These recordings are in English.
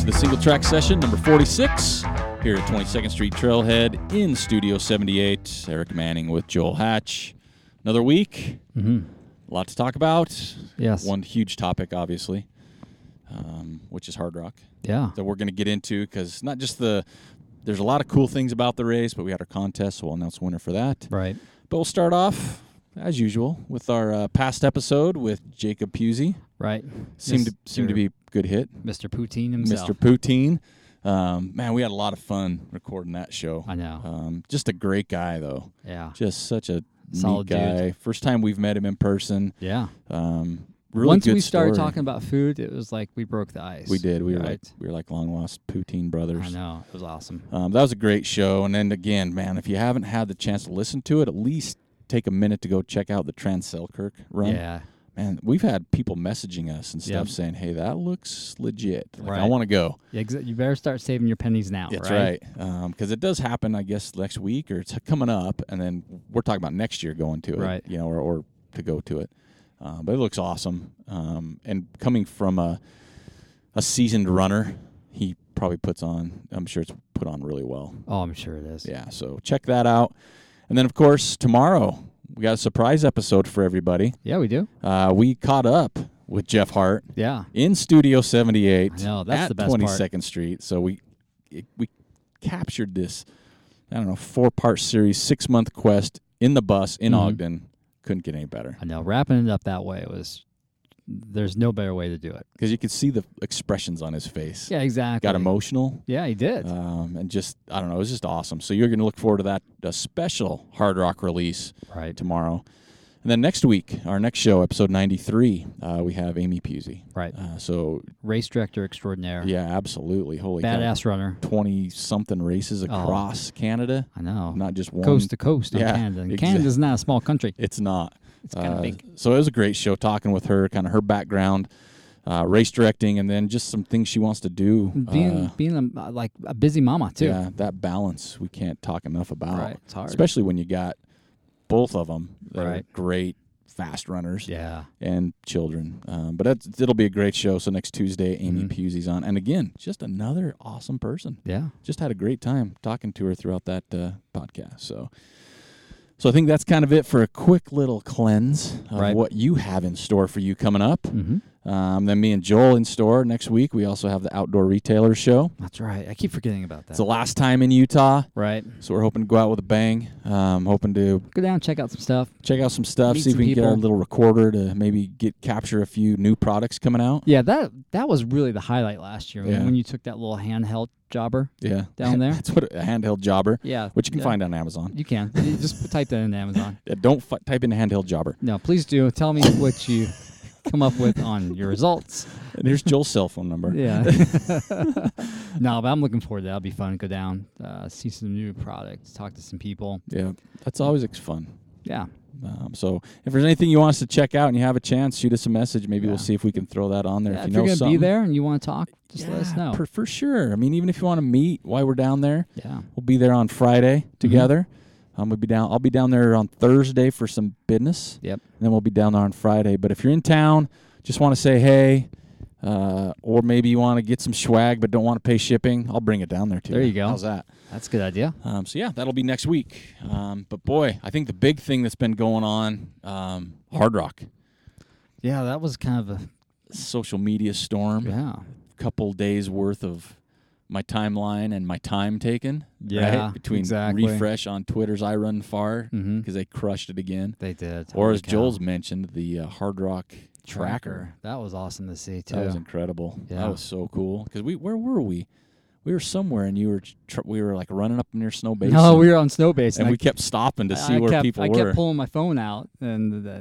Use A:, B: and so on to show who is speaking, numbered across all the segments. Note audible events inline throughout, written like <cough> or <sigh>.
A: to the single track session number 46 here at 22nd Street Trailhead in Studio 78. Eric Manning with Joel Hatch. Another week,
B: Mm-hmm.
A: a lot to talk about.
B: Yes.
A: One huge topic, obviously, um, which is hard rock
B: Yeah.
A: that we're going to get into because not just the there's a lot of cool things about the race, but we had our contest, so we'll announce the winner for that.
B: Right.
A: But we'll start off as usual with our uh, past episode with Jacob Pusey.
B: Right.
A: Seemed to seemed to be a good hit.
B: Mr. Poutine himself.
A: Mr. Poutine. Um, man, we had a lot of fun recording that show.
B: I know.
A: Um, just a great guy, though.
B: yeah.
A: Just such a
B: Solid
A: neat
B: dude.
A: guy. First time we've met him in person.
B: Yeah.
A: Um, really
B: Once
A: good
B: we started
A: story.
B: talking about food, it was like we broke the ice.
A: we did. We were like
B: right.
A: we were like long lost poutine brothers.
B: I know. It was awesome.
A: Um, that was a great show. And then again, man, if you haven't had the chance to listen to it, at least take a minute to go check out the Trans Selkirk run.
B: Yeah.
A: Man, we've had people messaging us and stuff
B: Yep.
A: saying, "Hey, that looks legit. Like, I
B: Right.
A: want to go."
B: yeah exa- you better start saving your pennies now.
A: That's
B: right.
A: right. Because it does happen, I guess, next week or it's coming up, and then we're talking about next year going to it,
B: Right.
A: You know, or, or to go to it. Uh, but it looks awesome. Um, and coming from a a seasoned runner, he probably puts on. I'm sure it's put on really well.
B: Oh, I'm sure it is.
A: Yeah. So check that out. And then, of course, tomorrow we got a surprise episode for everybody.
B: Yeah, we do.
A: Uh, we caught up with Jeff Hart
B: Yeah.
A: in Studio 78.
B: I know, that's
A: at
B: the best part.
A: 22nd Street. So we it, we captured this I don't know four part series, six month quest in the bus in
B: Mhm.
A: Ogden. Couldn't get any better
B: I know. Wrapping it up that way was. There's no better way to do it.
A: because you could see the expressions on his face.
B: Yeah, exactly.
A: Got emotional.
B: Yeah, he did.
A: Um, and just I don't know, it was just awesome. So you're going to look forward to that uh, special hard rock release
B: right.
A: tomorrow, and then next week, our next show, episode 93, uh, we have Amy Pusey.
B: Right.
A: Uh, so
B: Race director extraordinaire.
A: yeah, absolutely, holy cow.
B: Badass runner.
A: 20 something races across Canada,
B: I know.
A: not just one.
B: Oh. coast to coast on
A: Yeah,
B: Canada. And
A: exa-
B: Canada's not a small country.
A: It's not. Uh,
B: It's kinda big.
A: So it was a great show talking with her, kind of her background, uh, race directing, and then just some things she wants to do.
B: Being
A: uh,
B: being a, like a busy mama too.
A: yeah, that balance we can't talk enough about.
B: Right, it's hard.
A: Especially when you got both of them that are
B: Right.
A: great fast runners
B: Yeah.
A: and children. Um, but that's, it'll be a great show. So next Tuesday, Amy
B: Mhm.
A: Pusey's on. And again, just another awesome person.
B: Yeah.
A: just had a great time talking to her throughout that uh, podcast. So, so I think that's kind of it for a quick little cleanse of
B: Right.
A: what you have in store for you coming up.
B: Mm-hmm.
A: Um, then me and Joel in store next week. We also have the Outdoor Retailer Show.
B: That's right. I keep forgetting about that.
A: It's the last time in Utah,
B: right.
A: so we're hoping to go out with a bang. Um, hoping to
B: Go down, check out some stuff.
A: check out some stuff,
B: Meet
A: see if
B: some
A: we can get our
B: people.
A: little recorder to maybe get capture a few new products coming out.
B: Yeah, that that was really the highlight last year when-
A: Yeah.
B: when you took that little handheld jobber.
A: Yeah, <laughs>
B: Down there?
A: that's what a handheld jobber,
B: Yeah.
A: which you can
B: yeah,
A: find on Amazon.
B: You can. You just type that into Amazon.
A: Uh, Don't f- type in handheld jobber.
B: No, please do. Tell me what you come up with on your results.
A: And here's Joel's cell phone number. <laughs>
B: Yeah. no, but I'm looking forward to that. That'll be fun. Go down, uh, see some new products, talk to some people.
A: Yeah, that's always ex- fun.
B: Yeah.
A: Um, so if there's anything you want us to check out and you have a chance, shoot us a message. Maybe
B: Yeah.
A: we'll see if we can throw that on there.
B: Yeah,
A: if you
B: if
A: know
B: you're gonna
A: something.
B: be there and you want to talk, just let us
A: Yeah,
B: know.
A: For, for sure. I mean, even if you want to meet while we're down there,
B: yeah.
A: we'll be there on Friday together. Um, we'll be down. I'll be down there on Thursday for some business.
B: Yep.
A: And then we'll be down there on Friday. But if you're in town, just want to say hey, uh, or maybe you want to get some swag but don't want to pay shipping, I'll bring it down there to
B: There
A: you.
B: you go.
A: How's that?
B: That's a good idea.
A: Um, so yeah, that'll be next week. Um, but boy, I think the big thing that's been going on, um, Hard Rock,
B: Yeah, that was kind of a
A: social media storm,
B: yeah.
A: couple days worth of my timeline and my time taken.
B: Yeah,
A: right? between
B: exactly.
A: refresh on Twitter's I Run Far because
B: Mhm.
A: they crushed it again,
B: They did.
A: or
B: Holy
A: as
B: cow.
A: Joel's mentioned, the uh, Hard Rock tracker.
B: That was awesome to see too.
A: That was incredible.
B: Yeah.
A: That was so cool because we where were we? We were somewhere and you were tr- we were like running up near Snow Basin.
B: no, we were on snow base,
A: and we kept stopping to see
B: I
A: where
B: kept,
A: people
B: I
A: were.
B: kept pulling my phone out and uh,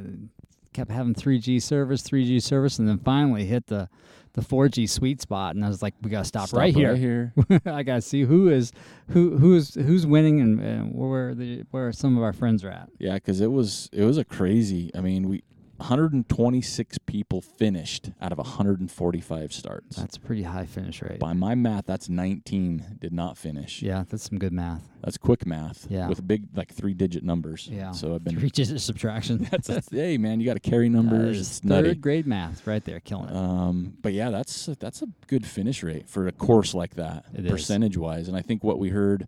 B: kept having 3G service, 3G service, and then finally hit the the 4G sweet spot, and I was like, we gotta stop,
A: Stop
B: right here. <laughs>
A: here.
B: I gotta see who is who who's who's winning and, and where the where some of our friends are at.
A: Yeah, because it was it was a crazy. I mean, we 126 people finished out of 145 starts.
B: That's a pretty high finish rate.
A: By my math, that's 19 did not finish.
B: Yeah, that's some good math.
A: That's quick math
B: Yeah.
A: with big like three digit numbers.
B: Yeah.
A: So
B: <laughs>
A: I've been
B: Three digit subtraction.
A: <laughs> that's,
B: <laughs>
A: that's- hey man, you got to carry numbers.
B: That is
A: it's
B: third
A: nutty.
B: grade math right there, killing it.
A: Um, but yeah, that's that's a good finish rate for a course like that,
B: It is.
A: percentage wise. And I think what we heard,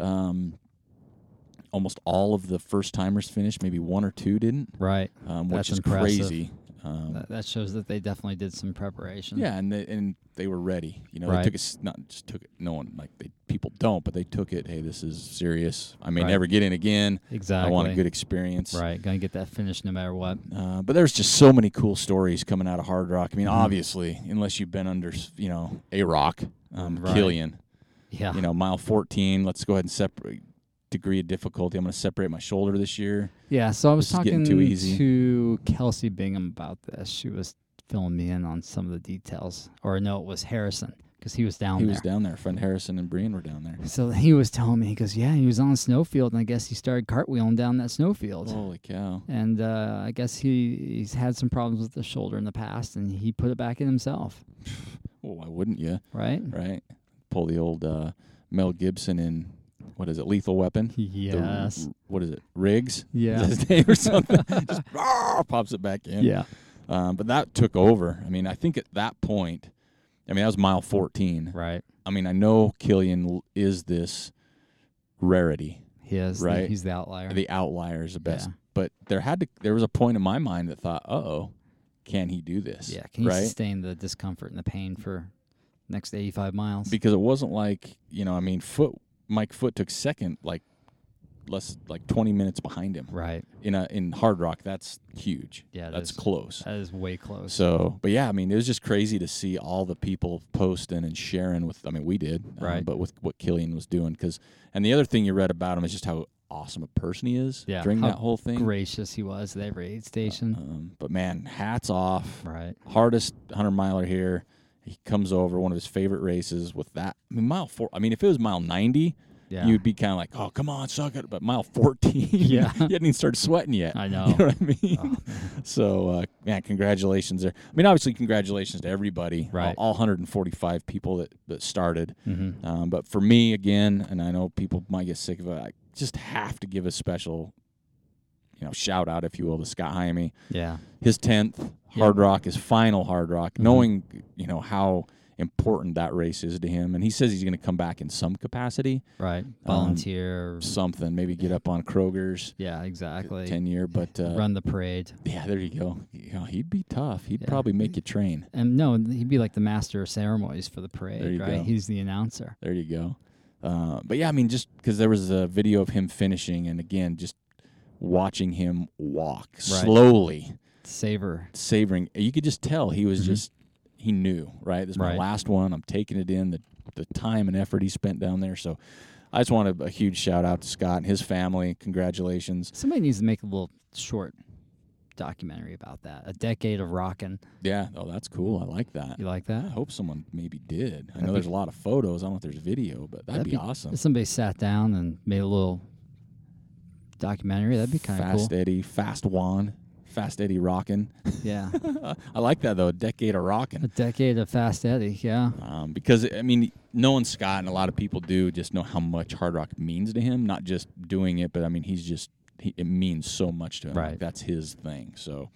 A: um, almost all of the first timers finished. Maybe one or two didn't,
B: right.
A: um, which
B: That's
A: is
B: impressive.
A: crazy. Um,
B: That, that shows that they definitely did some preparation.
A: yeah, and they, and they were ready. You know,
B: Right.
A: they took it s- not just took it. No one like they people don't, but they took it. Hey, this is serious. I may
B: Right.
A: never get in again.
B: Exactly.
A: I want a good experience.
B: Right. Gonna get that finished no matter what.
A: Uh, but there's just so many cool stories coming out of Hard Rock. I mean,
B: Mhm.
A: obviously, unless you've been under, s- you know, a rock, um,
B: Right.
A: Killian,
B: Yeah.
A: you know, mile 14. Let's go ahead and separate degree of difficulty. I'm going to separate my shoulder this year.
B: Yeah, so I was
A: This is
B: talking
A: getting too easy.
B: to Kelsey Bingham about this. She was filling me in on some of the details, or no, it was Harrison because he was down
A: he
B: there.
A: was down there. Friend Harrison and Brian were down there.
B: so he was telling me, he goes, "Yeah, he was on a snowfield, and I guess he started cartwheeling down that snowfield."
A: Holy cow!
B: And uh, I guess he he's had some problems with the shoulder in the past, and he put it back in himself,
A: Well, why wouldn't you?
B: right?
A: <laughs> Right? Pull the old uh, Mel Gibson in what is it? Lethal Weapon. The r-
B: Yes.
A: what is it? Riggs. <laughs>
B: Yeah.
A: Is that his name or something? just ah, pops it back in.
B: <laughs> Yeah.
A: Um, but that took over. I mean, I think at that point, I mean, that was mile 14.
B: Right.
A: I mean, I know Killian l- is this rarity.
B: He is. the-
A: Right.
B: he's the outlier.
A: The outlier is the best.
B: Yeah.
A: But there had to, there was a point in my mind that thought, uh oh, can he do this?
B: yeah. Can you
A: right?
B: sustain the discomfort and the pain for next 85 miles?
A: Because it wasn't like, you know, I mean, foot, Mike Foot took second, like less, like 20 minutes behind him.
B: right.
A: In a, in Hard Rock, that's huge.
B: Yeah, that
A: That's
B: is-
A: close.
B: That is way close.
A: So, but yeah, I mean, it was just crazy to see all the people posting and sharing with. I mean, we did, um,
B: Right.
A: but with what Killian was doing, because and the other thing you read about him is just how awesome a person he is
B: Yeah,
A: during
B: how
A: that whole thing.
B: gracious he was at every aid station.
A: Um, but man, hats off!
B: right.
A: Hardest hundred miler here. He comes over one of his favorite races with that. I mean, mile four. I mean, if it was mile ninety,
B: Yeah.
A: you'd be kind of like, "Oh, come on, suck it!" But mile fourteen, <laughs> you
B: Yeah.
A: hadn't even started sweating yet.
B: I know.
A: <laughs>
B: Oh.
A: You know what I
B: <laughs>
A: mean? <laughs> so, uh, man, congratulations there. I mean, obviously, congratulations to everybody, all-
B: Right.
A: all, 145 people that, that started.
B: hmm
A: Um, but for me, again, and I know people might get sick of it, I just have to give a special, you know, shout out, if you will, to Scott Jaime.
B: Yeah.
A: His 10th
B: Yeah.
A: Hard Rock, his final Hard Rock,
B: Mhm.
A: knowing, you know, how important that race is to him. And he says he's going to come back in some capacity,
B: Right. Volunteer.
A: something, maybe get up on Kroger's
B: yeah, exactly.
A: 10 year. But uh,
B: Run the parade.
A: yeah, there you go. You know, he'd be tough. He'd
B: Yeah.
A: probably make you train.
B: And no, he'd be like the master of ceremonies for the parade,
A: you
B: right?
A: go.
B: He's the announcer.
A: There you go. Uh, but yeah, I mean, just because there was a video of him finishing, and again, just watching him walk slowly,
B: Savor.
A: savoring. You could just tell he was
B: Mhm.
A: just he knew Mm-hmm. right. This is
B: Right.
A: my last one. I'm taking it in the the time and effort he spent down there. So I just want a, a huge shout out to Scott and his family. Congratulations.
B: Somebody needs to make a little short documentary about that. A decade of rockin'.
A: Yeah. Oh, that's cool. I like that.
B: You like
A: I
B: that?
A: hope someone maybe did. I
B: That'd
A: know
B: be-
A: there's a lot of photos. I don't know if there's video, but that'd,
B: That'd
A: be,
B: be-
A: awesome.
B: If somebody sat down and made a little documentary, that'd be kind of
A: Fast
B: cool.
A: Eddie, Fast Juan, Fast Eddie rocking.
B: Yeah.
A: I like that though, a decade of
B: a
A: rocking.
B: decade of Fast Eddie. Yeah.
A: Um, because I mean, knowing Scott and a lot of people do just know how much hard rock means to him. Not just doing it, but I mean, he's just he, it means so much to him. Like,
B: Right.
A: that's his thing. So,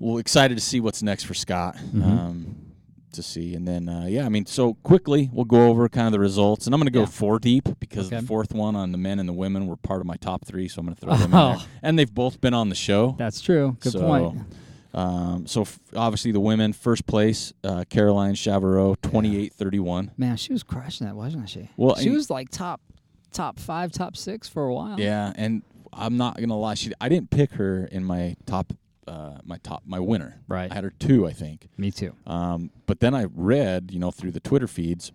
A: well, excited to see what's next for Scott.
B: Mm-hmm.
A: Um, to see, and then uh, yeah, I mean, so quickly we'll go over kind of the results, and I'm going to go
B: Yeah.
A: four deep because
B: Okay.
A: the fourth one on the men and the women were part of my top three, so I'm going to throw
B: <laughs>
A: them in
B: Oh.
A: there, and they've both been on the show.
B: That's true. Good
A: so,
B: point.
A: Um, so f- obviously the women first place, uh, Caroline Chavarro, twenty eight thirty one.
B: Man, she was crushing that, wasn't she?
A: Well,
B: she
A: and-
B: was like top, top five, top six for a while.
A: Yeah, and I'm not gonna lie, she I didn't pick her in my top, uh, my top, my winner.
B: Right.
A: I had her two, I think.
B: me too.
A: Um, but then I read, you know, through the Twitter feeds,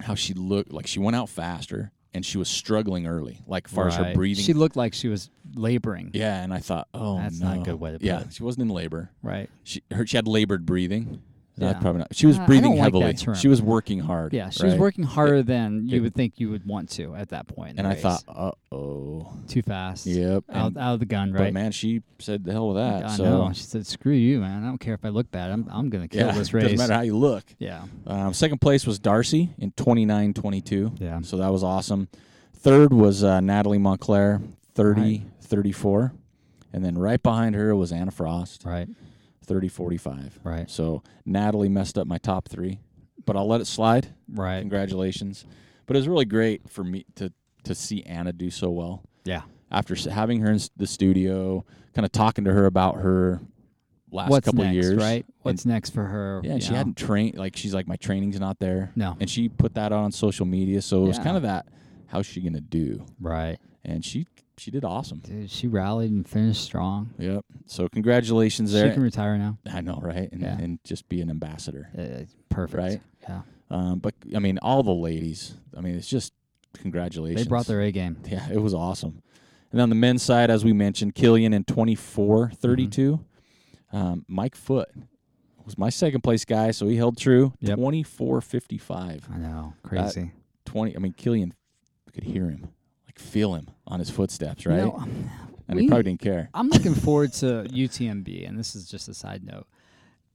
A: how she looked like she went out faster and she was struggling early, like far as her
B: Right.
A: breathing.
B: she looked like she was laboring.
A: yeah, and I thought, oh,
B: That's not a
A: no.
B: good way to put
A: Yeah,
B: it.
A: she wasn't in labor.
B: Right.
A: She her, she had labored breathing. That's
B: Yeah.
A: probably not. She was
B: Uh, I
A: breathing
B: don't like that
A: heavily.
B: term.
A: She was working hard.
B: Yeah, she was
A: right?
B: working harder than you
A: it-
B: would think you would want to at that point. in the
A: And I
B: race.
A: thought, uh oh.
B: too fast.
A: Yep.
B: Out,
A: and-
B: out of the gun,
A: But
B: Oh, right?
A: man, she said the hell with that.
B: I
A: so
B: know. She said, "Screw you, man. I don't care if I look bad. I'm I'm gonna kill
A: yeah, <laughs>
B: this
A: it
B: race."
A: doesn't matter how you look.
B: Yeah,
A: Um, second place was Darcy in 29.22.
B: yeah.
A: So that was awesome. Third was uh, Natalie Montclair, 30 34. And then right behind her was Anna Frost,
B: Right,
A: thirty forty five.
B: right,
A: So Natalie messed up my top three, but I'll let it slide.
B: right.
A: Congratulations. But it was really great for me to, to see Anna do so well.
B: Yeah.
A: After s- having her in s- the studio, kind of talking to her about her last
B: What's
A: couple
B: next,
A: years.
B: right? What's next for her?
A: Yeah,
B: you
A: and she
B: know?
A: hadn't trained. Like she's like, my training's not there.
B: No.
A: And she put that out on social media, so it was
B: Yeah.
A: kind of that. How's she gonna do?
B: Right,
A: And she she did awesome.
B: dude. She rallied and finished strong.
A: Yep. So congratulations
B: She
A: there.
B: can retire now.
A: I know, right? And,
B: Yeah.
A: and just be an ambassador,
B: Uh, perfect.
A: right?
B: Yeah.
A: Um, but I mean, all the ladies. I mean, it's just congratulations.
B: They brought their A game.
A: <laughs> Yeah, it was awesome. And on the men's side, as we mentioned, Killian in 24
B: Mm-hmm.
A: 32. Um, Mike Foot was my second place guy, so he held true.
B: Yep.
A: 24 55.
B: I know. Crazy.
A: 20. I mean, Killian could hear him, like feel him on his footsteps,
B: You
A: right?
B: know,
A: and he
B: we-
A: probably didn't care.
B: I'm looking forward to UTMB, and this is just a side note.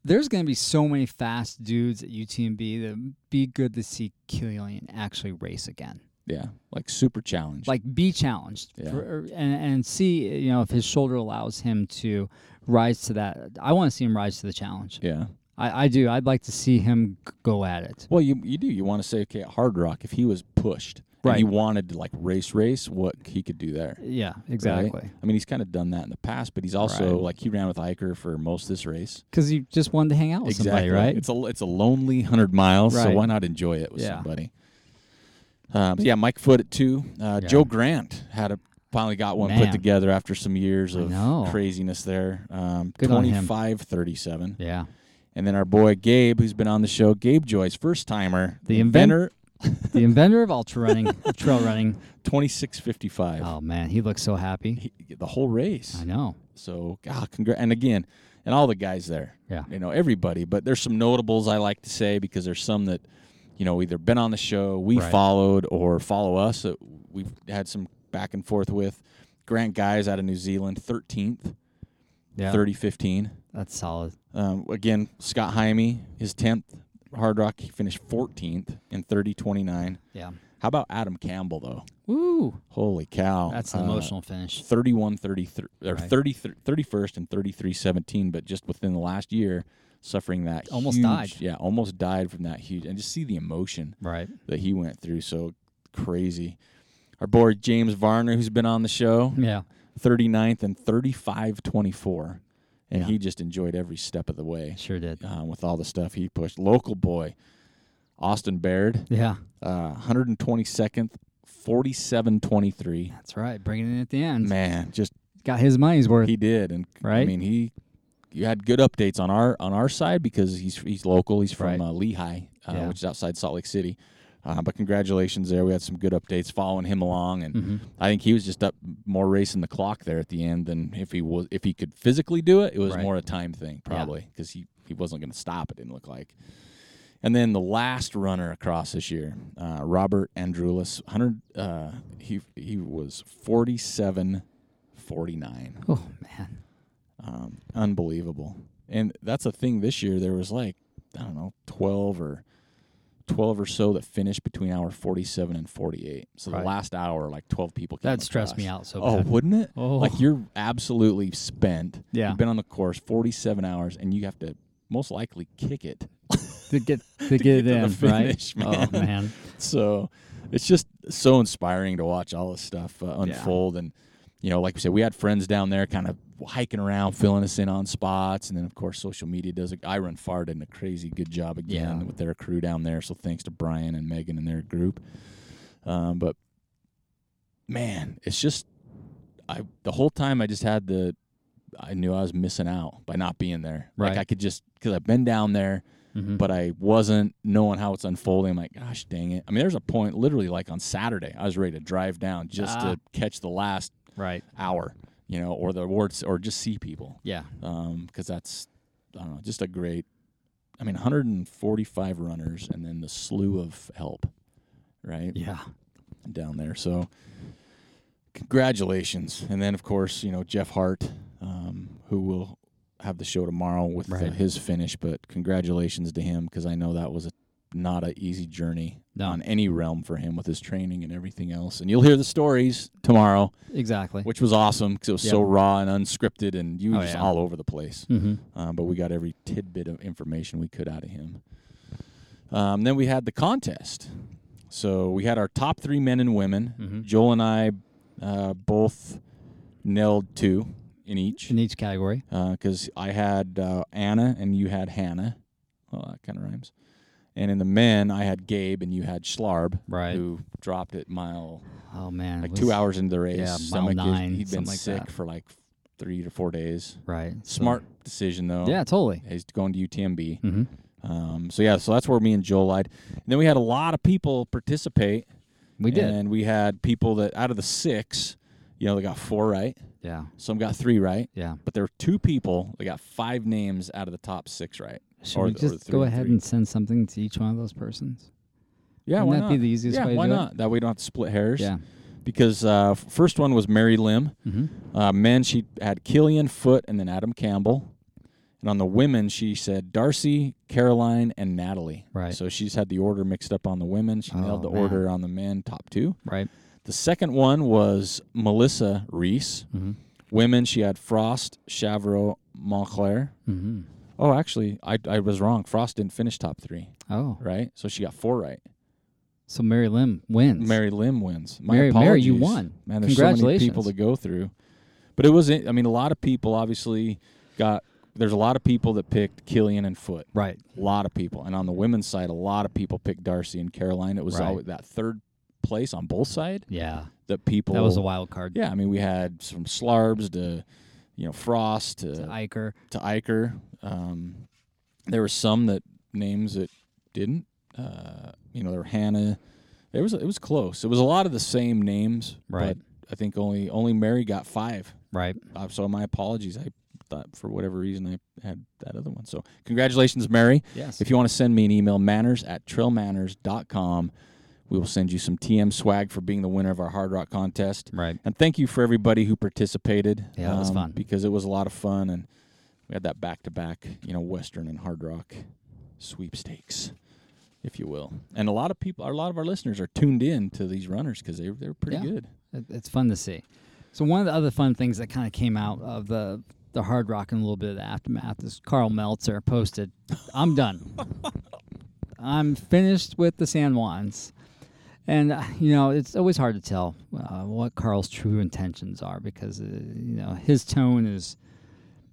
B: There's going to be so many fast dudes at UTMB that it'd be good to see Killian actually race again.
A: Yeah, like super challenge.
B: Like, be challenged
A: Yeah.
B: for, er, and, and see, you know, if his shoulder allows him to rise to that. I want to see him rise to the challenge.
A: yeah.
B: I, I do. I'd like to see him g- go at it.
A: Well, you you do. You want to say okay, at Hard Rock, if he was pushed, and he
B: Right.
A: wanted to like race race, what he could do there.
B: Yeah, exactly.
A: I mean, he's kind of done that in the past, but he's also
B: Right.
A: like he ran with Iker for most of this race.
B: Because you just wanted to hang out with somebody, right?
A: It's a it's a lonely hundred miles, so
B: Right.
A: why not enjoy it with
B: Yeah.
A: somebody? Um, so yeah, Mike Foot at two. Uh,
B: Yeah.
A: Joe Grant had a finally got one put
B: Man.
A: together after some years
B: I
A: of
B: know.
A: craziness there. Um,
B: Good on him.
A: 25 37.
B: yeah.
A: And then our boy Gabe, who's been on the show, Gabe Joyce, first timer,
B: The The inventor of
A: <laughs>
B: ultra running, of trail running.
A: 2655.
B: Oh, man. He looks so happy.
A: He, the whole race.
B: I know.
A: So, God, congrats. And again, and all the guys there.
B: Yeah.
A: You know, everybody. But there's some notables I like to say because there's some that, you know, either been on the show, we
B: Right.
A: followed, or follow us. That we've had some back and forth with. Grant Guys out of New Zealand, 13th,
B: Yeah.
A: 30 15.
B: That's solid.
A: Um, again, Scott Jaime, his 10th Hard Rock, he finished 14th in 30 29.
B: Yeah.
A: How about Adam Campbell, though?
B: Woo.
A: Holy cow.
B: That's an
A: Uh,
B: emotional finish.
A: 31 33 or
B: Right.
A: 30 31st and 33 17 but just within the last year suffering that
B: Almost
A: huge-
B: died.
A: yeah almost died from that huge and just see the emotion
B: Right.
A: that he went through so crazy our boy james varner who's been on the show
B: Yeah.
A: 39th and 35 24 and
B: Yeah.
A: he just enjoyed every step of the way
B: Sure did.
A: uh, with all the stuff he pushed local boy austin baird
B: Yeah.
A: uh, 122nd 47 23
B: That's right. Bringing it in at the end.
A: man just
B: Got his money's worth.
A: He did, and I
B: Right?
A: mean, he you had good updates on our on our side because he's he's local. He's from
B: Right.
A: uh, Lehigh, uh,
B: Yeah.
A: which is outside Salt Lake City. Uh, but congratulations there. We had some good updates following him along, and
B: hmm
A: I think he was just up more racing the clock there at the end than if he was if he could physically do it. It was
B: Right.
A: more a time thing probably because he he wasn't going to stop. It didn't look like. And then the last runner across this year, uh, Robert Andrulis, hundred. Uh, he he was forty seven, forty nine.
B: Oh, man.
A: Um, unbelievable. And that's a thing this year. There was like, I don't know, 12 or 12 or so that finished between hour 47 and 48. So
B: Right.
A: the last hour, like 12 people came
B: That stressed me
A: across.
B: out so
A: oh,
B: bad.
A: wouldn't it?
B: Oh.
A: Like you're absolutely spent.
B: Yeah.
A: You've been on the course 47 hours and you have to most likely kick it.
B: <laughs> to get <laughs> to,
A: to
B: get,
A: get
B: it
A: to the
B: in,
A: finish,
B: right?
A: man.
B: Oh, <laughs> man.
A: So it's just so inspiring to watch all this stuff uh, unfold. And, you know, like we said, we had friends down there kind of hiking around, filling us in on spots. And then, of course, social media does it. I Run Far did a crazy good job again
B: Yeah.
A: with their crew down there. So thanks to Brian and Megan and their group. Um, but, man, it's just, I the whole time I just had the, I knew I was missing out by not being there. Like
B: Right.
A: I could just, because I've been down there
B: Mhm.
A: but I wasn't knowing how it's unfolding. I'm like, gosh, dang it. I mean, there's a point literally like on Saturday, I was ready to drive down just
B: Ah.
A: to catch the last
B: right.
A: hour, you know, or the awards, or just see people.
B: Yeah.
A: Um, cause that's, I don't know, just a great, I mean, 145 runners, and then the slew of help, right
B: Yeah.
A: down there. So, congratulations! And then, of course, you know Jeff Hart, um, who will have the show tomorrow with uh,
B: Right.
A: his finish. But congratulations to him because I know that was a not an easy journey
B: No.
A: on any realm for him with his training and everything else. And you'll hear the stories tomorrow,
B: Exactly.
A: which was awesome because it was so
B: Yep.
A: raw and unscripted, and you were
B: Oh,
A: just
B: yeah.
A: all over the place.
B: Mm-hmm.
A: Um, but we got every tidbit of information we could out of him. Um, then we had the contest. So we had our top three men and women.
B: Mhm.
A: Joel and I uh, both nailed two in each
B: In each category.
A: because I had uh, Anna and you had Hannah. Well, that kind of rhymes. And in the men, I had Gabe and you had Schlarb,
B: Right.
A: who dropped at mile
B: Oh man.
A: like
B: was-
A: two hours into the race.
B: yeah, mile
A: Stomach is-
B: nine,
A: he'd been
B: something like
A: sick
B: that.
A: for like three to four days.
B: Right. so-
A: Smart decision though.
B: Yeah. Totally.
A: He's going to UTMB.
B: Mm-hmm.
A: Um, so yeah, so that's where me and Joel lied. And then we had a lot of people participate.
B: We did.
A: And we had people that out of the six, you know, they got four right.
B: yeah.
A: Some got three right.
B: Yeah.
A: But there were two people that got five names out of the top six right.
B: Should
A: Or
B: we
A: the- or the
B: just
A: three
B: go
A: and
B: ahead
A: three.
B: and send something to each one of those persons?
A: Yeah,
B: Wouldn't
A: why
B: that
A: not?
B: be the easiest
A: yeah,
B: way to
A: why
B: do it?
A: not? That way we don't have to split hairs.
B: Yeah.
A: Because uh, f- first one was Mary Lim.
B: Mm-hmm.
A: Uh, men, she had Killian Foot and then Adam Campbell. And on the women, she said Darcy, Caroline, and Natalie.
B: Right.
A: So she's had the order mixed up on the women. She nailed the
B: Oh, man.
A: order on the men, top two.
B: Right.
A: The second one was Melissa Reese.
B: Mm-hmm.
A: Women, she had Frost, Chavreau, Montclair.
B: Mm-hmm.
A: Oh, actually, I, I was wrong. Frost didn't finish top three,
B: Oh.
A: right? So she got four right.
B: So Mary Lim wins.
A: Mary Lim wins. My
B: Mary, Mary, you
A: apologies.
B: won.
A: Man, there's so many people
B: Congratulations.
A: to go through. But it was, I mean, a lot of people obviously got, there's a lot of people that picked Killian and Foot.
B: Right.
A: A lot of people. And on the women's side, a lot of people picked Darcy and Caroline. It was
B: Right.
A: always that third place on both side
B: Yeah.
A: that people.
B: That was a wild card.
A: Yeah, I mean, we had from Slarbs to, you know, Frost to,
B: To Iker.
A: to Iker. Um, there were some that names that didn't. Uh, you know, there were Hannah. There was it was close. It was a lot of the same names,
B: Right.
A: But I think only only Mary got five.
B: Right.
A: Uh, so my apologies. I thought for whatever reason I had that other one. So congratulations, Mary.
B: Yes.
A: If you want to send me an email, manners at trailmanners.com. We will send you some TM swag for being the winner of our Hard Rock contest.
B: right.
A: And thank you for everybody who participated. um,
B: Yeah, that was fun.
A: Because it was a lot of fun and we had that back to back, you know, Western and Hard Rock sweepstakes, if you will. And a lot of people, a lot of our listeners are tuned in to these runners because they, they're pretty
B: Yeah.
A: good.
B: It, it's fun to see. So one of the other fun things that kind of came out of the the hard rock and a little bit of the aftermath is Carl Meltzer posted, "I'm done. I'm finished with the San Juans." And uh, you know, it's always hard to tell uh, what Carl's true intentions are because uh, you know his tone is.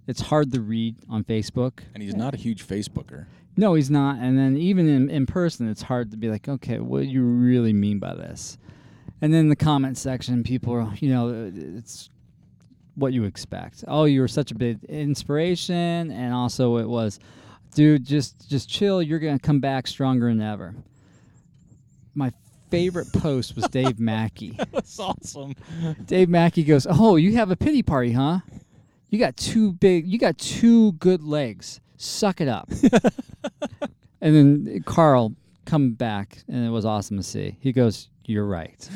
B: It's hard to read on Facebook.
A: And he's not a huge Facebooker. <laughs>
B: No, he's not. And then even in, in person, it's hard to be like, okay, what do you really mean by this? And then the comment section, people are, you know, it's what you expect. Oh, you were such a big inspiration, and also it was, dude, just just chill. You're gonna come back stronger than ever. My favorite post was Dave Mackey.
A: That's awesome.
B: Dave Mackey goes, "Oh, you have a pity party, huh? You got two big, you got two good legs. Suck
A: <laughs>
B: it up." and then Carl come back, and it was awesome to see. He goes, "You're right.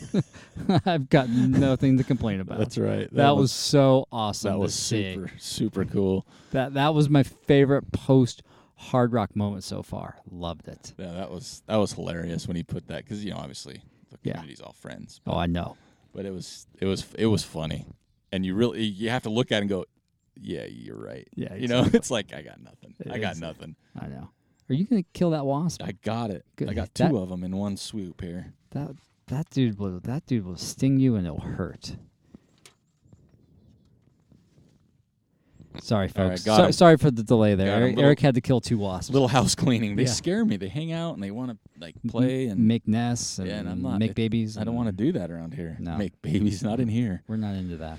B: <laughs> I've got nothing to complain about."
A: That's right.
B: that, was, so awesome. <laughs>
A: that
B: to
A: was
B: see.
A: super super cool.
B: That that was my favorite post hard rock moment so far. Loved it.
A: Yeah, that was that was hilarious when he put that because you know obviously the
B: Yeah.
A: community's all friends,
B: Oh, I know.
A: but it was it was it was funny, and you really you have to look at it and go, yeah, you're right.
B: Yeah,
A: you know, <laughs> it's like I got nothing. I got
B: Exactly.
A: nothing.
B: I know. Are you gonna kill that wasp?
A: I got it.
B: Good.
A: I got two
B: That-
A: of them in one swoop here.
B: That that dude will that dude will sting you and it'll hurt. Sorry,
A: All right,
B: folks.
A: got
B: So-
A: him.
B: sorry for the delay there.
A: Got him.
B: Eric,
A: Little-
B: Eric had to kill two wasps.
A: Little house cleaning. They
B: Yeah.
A: scare me. They hang out and they want to like play and
B: make nests and,
A: Yeah, and I'm not-
B: make
A: it-
B: babies.
A: I don't
B: and-
A: want to do that around here.
B: No.
A: Make babies not in here.
B: We're not into that.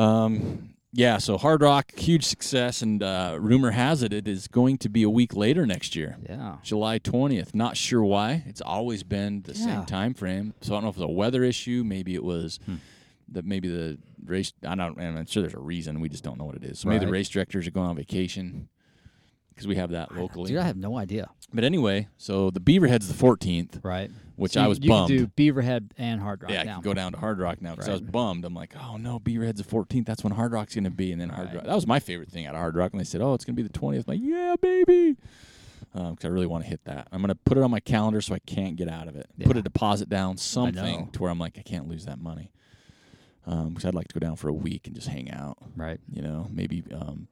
A: Um, yeah. So Hard Rock, huge success, and uh, rumor has it it is going to be a week later next year.
B: Yeah.
A: July 20th. Not sure why. It's always been the same
B: Yeah. Hmm.
A: time frame. So I don't know if it's a weather issue. Maybe it was that maybe the race. I don't. I'm sure there's a reason. We just don't know what it is. So maybe the
B: Right.
A: race directors are going on vacation. because we have that locally.
B: Dude, I have no idea.
A: But anyway, so the Beaverhead's the 14th,
B: Right.
A: which
B: So
A: I
B: you-
A: was
B: you
A: bummed.
B: Can do Beaverhead and Hard Rock.
A: yeah, I
B: now.
A: can go down to Hard Rock now because I was
B: Right.
A: bummed. I'm like, oh no, Beaverhead's the 14th. That's when Hard Rock's gonna be, and then Hard
B: Right.
A: Rock. That was my favorite thing out of Hard Rock. And they said, oh, it's gonna be the 20th. I'm like, yeah, baby, because I really want to hit that. I'm gonna put it on my calendar so I can't get out of it. Put
B: Yeah.
A: a deposit down, something
B: know.
A: to where I'm like, I can't lose that money. Um, because I'd like to go down for a week and just hang out.
B: Right.
A: You know, maybe um,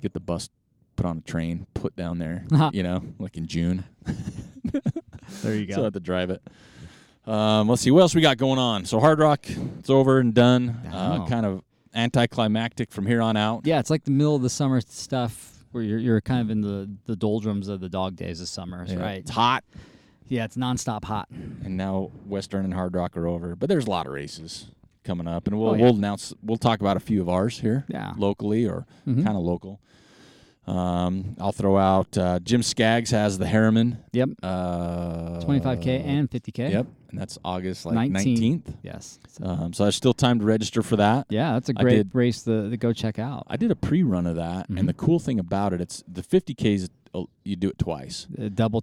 A: get the bus, put on a train, put down
B: <laughs>
A: there. you know, like in June.
B: There you
A: So I have to drive it. Um, let's see what else we got going on. So Hard Rock, it's over and done. Uh,
B: Wow.
A: kind of anticlimactic from here on out.
B: yeah, it's like the middle of the summer stuff where you're, you're kind of in the, the doldrums of the dog days of summer,
A: Yeah,
B: right?
A: It's hot,
B: Yeah, it's nonstop hot.
A: and now Western and Hard Rock are over. But there's a lot of races coming up, and we'll
B: Oh, yeah.
A: we'll announce we'll talk about a few of ours here,
B: Yeah. Mm-hmm.
A: locally or kind of local. Um, I'll throw out uh, Jim Skaggs has the Harriman,
B: Yep.
A: uh,
B: 25K and 50K.
A: yep, and that's August like
B: 19th.
A: nineteenth.
B: Yes. So-
A: Um, so there's still time to register for that.
B: yeah, that's a
A: I
B: great
A: did-
B: race to, to go check out.
A: I did a pre-run of that,
B: Mm-hmm.
A: and the cool thing about it, it's the 50ks. uh, You do it twice,
B: A Uh, double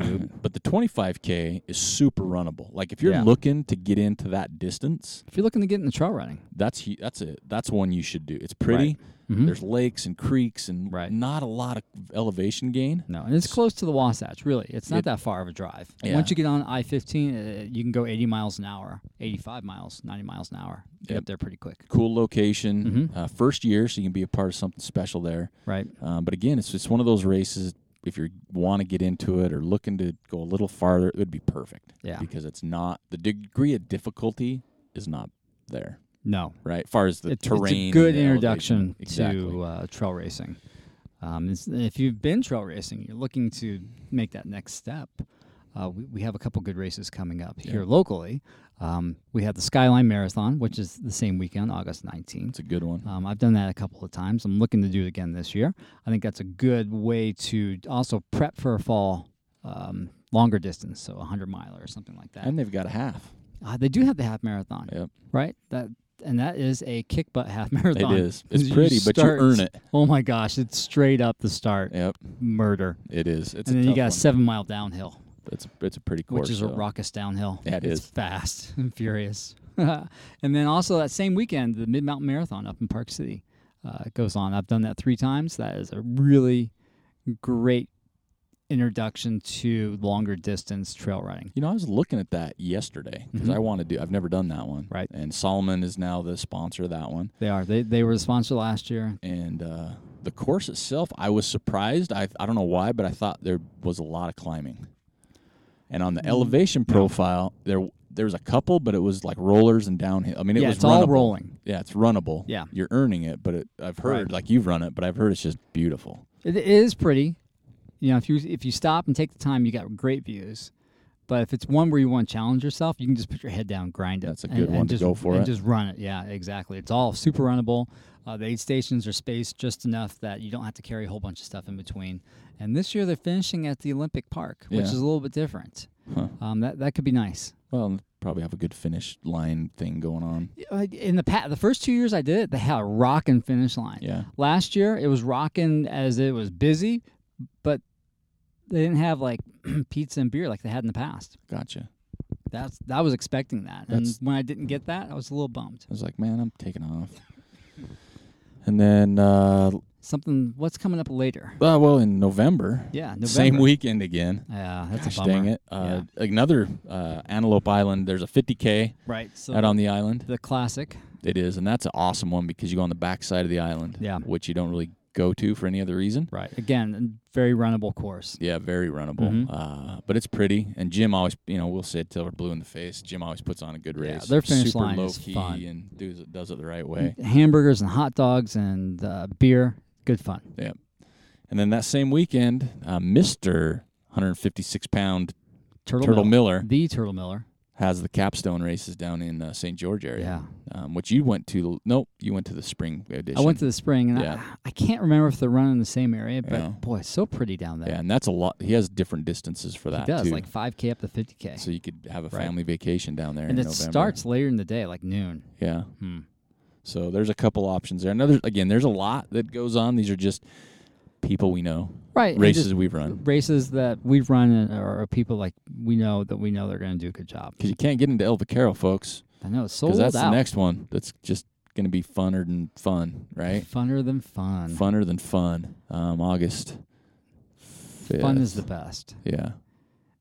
A: <laughs>
B: loop.
A: but the 25k is super runnable. Like if you're
B: Yeah.
A: looking to get into that distance,
B: if you're looking to get into trail running,
A: that's hu- that's it. That's one you should do. It's pretty.
B: Mhm.
A: There's lakes and creeks, and
B: Right.
A: not a lot of elevation gain.
B: no, and it's close to the Wasatch, really. It's not
A: It-
B: that far of a drive.
A: Yeah.
B: Once you get on I 15, uh, you can go 80 miles an hour, 85 miles, 90 miles an hour. Get
A: Yep.
B: up there pretty quick,
A: Cool location.
B: Mm-hmm.
A: Uh, first year, so you can be a part of something special there.
B: right?
A: Um, but again, it's just one of those races. If you want to get into it or looking to go a little farther, it would be perfect.
B: Yeah.
A: Because it's not the degree of difficulty is not there,
B: No,
A: right? As far as the
B: it's, it's
A: terrain,
B: a good
A: and the
B: introduction
A: elevation. exactly.
B: to uh, trail racing. Um, it's- if you've been trail racing, you're looking to make that next step. Uh, we, we have a couple good races coming up here locally. Um, we have the Skyline Marathon, which is the same weekend, August 19th.
A: It's a good one.
B: Um, I've done that a couple of times. I'm looking to do it again this year. I think that's a good way to also prep for a fall um, longer distance, so a 100 miler or something like that.
A: And they've got a half.
B: Uh, they do have the half marathon,
A: Yep.
B: right? That and that is a kick butt half <laughs> marathon.
A: is. It's
B: You
A: pretty, but you
B: start-
A: earn it.
B: Oh my gosh, it's straight up the start
A: Yep.
B: murder,
A: It is. It's
B: and
A: a
B: then you
A: tough
B: got
A: one.
B: a seven mile downhill,
A: It's it's a pretty course.
B: which is a
A: so.
B: raucous downhill.
A: Yeah, it
B: it's
A: is.
B: fast <laughs> and furious. and then also that same weekend, the Mid Mountain Marathon up in Park City uh, goes on. I've done that three times. That is a really great introduction to longer distance trail running.
A: You know, I was looking at that yesterday because I want to do. I've never done that one.
B: Mm-hmm. Right.
A: And Solomon is now the sponsor of that one.
B: They are. They they were the sponsor last year.
A: and uh, the course itself, I was surprised. I I don't know why, but I thought there was a lot of climbing. And on
B: Mm.
A: the elevation profile, there there was a couple, but it was like rollers and downhill. I mean, it
B: yeah,
A: was
B: it's all
A: runnable.
B: rolling.
A: Yeah, it's runnable.
B: Yeah.
A: you're earning it, but it, I've heard
B: Right.
A: like you've run it, but I've heard it's just beautiful.
B: It it is pretty. You know, if you if you stop and take the time, you got great views. But if it's one where you want to challenge yourself, you can just put your head down, grind it.
A: That's a
B: and-
A: good
B: and
A: one to
B: just,
A: go for
B: and
A: it.
B: just run it. Yeah, exactly. It's all super runnable. Uh, the aid stations are spaced just enough that you don't have to carry a whole bunch of stuff in between. And this year they're finishing at the Olympic Park, which
A: Yeah.
B: is a little bit different.
A: Huh.
B: Um, that that could be nice.
A: Well, probably have a good finish line thing going
B: <laughs>
A: on.
B: Uh, In the pa- the first two years I did it, they had a rockin' finish line.
A: Yeah,
B: Last year, it was rocking as it was busy, but they didn't have like <clears throat> pizza and beer like they had in the past.
A: gotcha.
B: That's I was expecting that,
A: That's-
B: and when I didn't get that, I was a little bummed.
A: I was like, man, I'm taking off. And then, uh, uh,
B: Something. What's coming up later?
A: well, in November,
B: Yeah, November.
A: same weekend again.
B: Yeah, that's
A: Gosh
B: a bummer.
A: dang it. Uh, Another uh, Antelope Island, there's a 50K
B: Right. So
A: out on the island.
B: the classic.
A: It is, and that's an awesome one because you go on the back side of the island,
B: Yeah.
A: which you don't really go to for any other reason.
B: Right. Again, a very runnable course.
A: Yeah, very runnable.
B: Mm-hmm.
A: Uh, but it's pretty. And Jim always, you know, we'll say it till we're blue in the face. Jim always puts on a good race.
B: Yeah, their finish
A: Super
B: line
A: low
B: is
A: key
B: fun. Mm.
A: and does it, does it the right way.
B: Hamburgers and hot dogs and uh, beer. Good fun.
A: Yeah. And then that same weekend, uh, Mr. 156 pound
B: Turtle,
A: Turtle
B: Miller.
A: Miller
B: The Turtle Miller.
A: has the capstone races down in uh, St. George area.
B: Yeah.
A: um, which you went to. Nope, you went to the spring edition.
B: I went to the spring, and
A: Yeah.
B: I, I can't remember if they're running in the same area, but
A: Yeah.
B: boy, it's so pretty down there.
A: yeah, and that's a lot. He has different distances for that
B: It does
A: too.
B: like 5k up to 50k
A: so you could have a
B: Right.
A: family vacation down there.
B: and
A: in
B: it
A: November.
B: starts later in the day like noon
A: Yeah.
B: Hmm.
A: So there's a couple options there. Another again, there's a lot that goes on. These are just people we know.
B: right and
A: races
B: just
A: we've run
B: races that we've run and- or or people like we know that we know they're going to do a good job.
A: because you can't get into El Vaquero, folks.
B: I know it's sold
A: Because that's
B: out.
A: the next one that's just going to be funner than fun, right?
B: Funner than fun.
A: Funner than fun. Um, August. 5th.
B: Fun is the best,
A: yeah.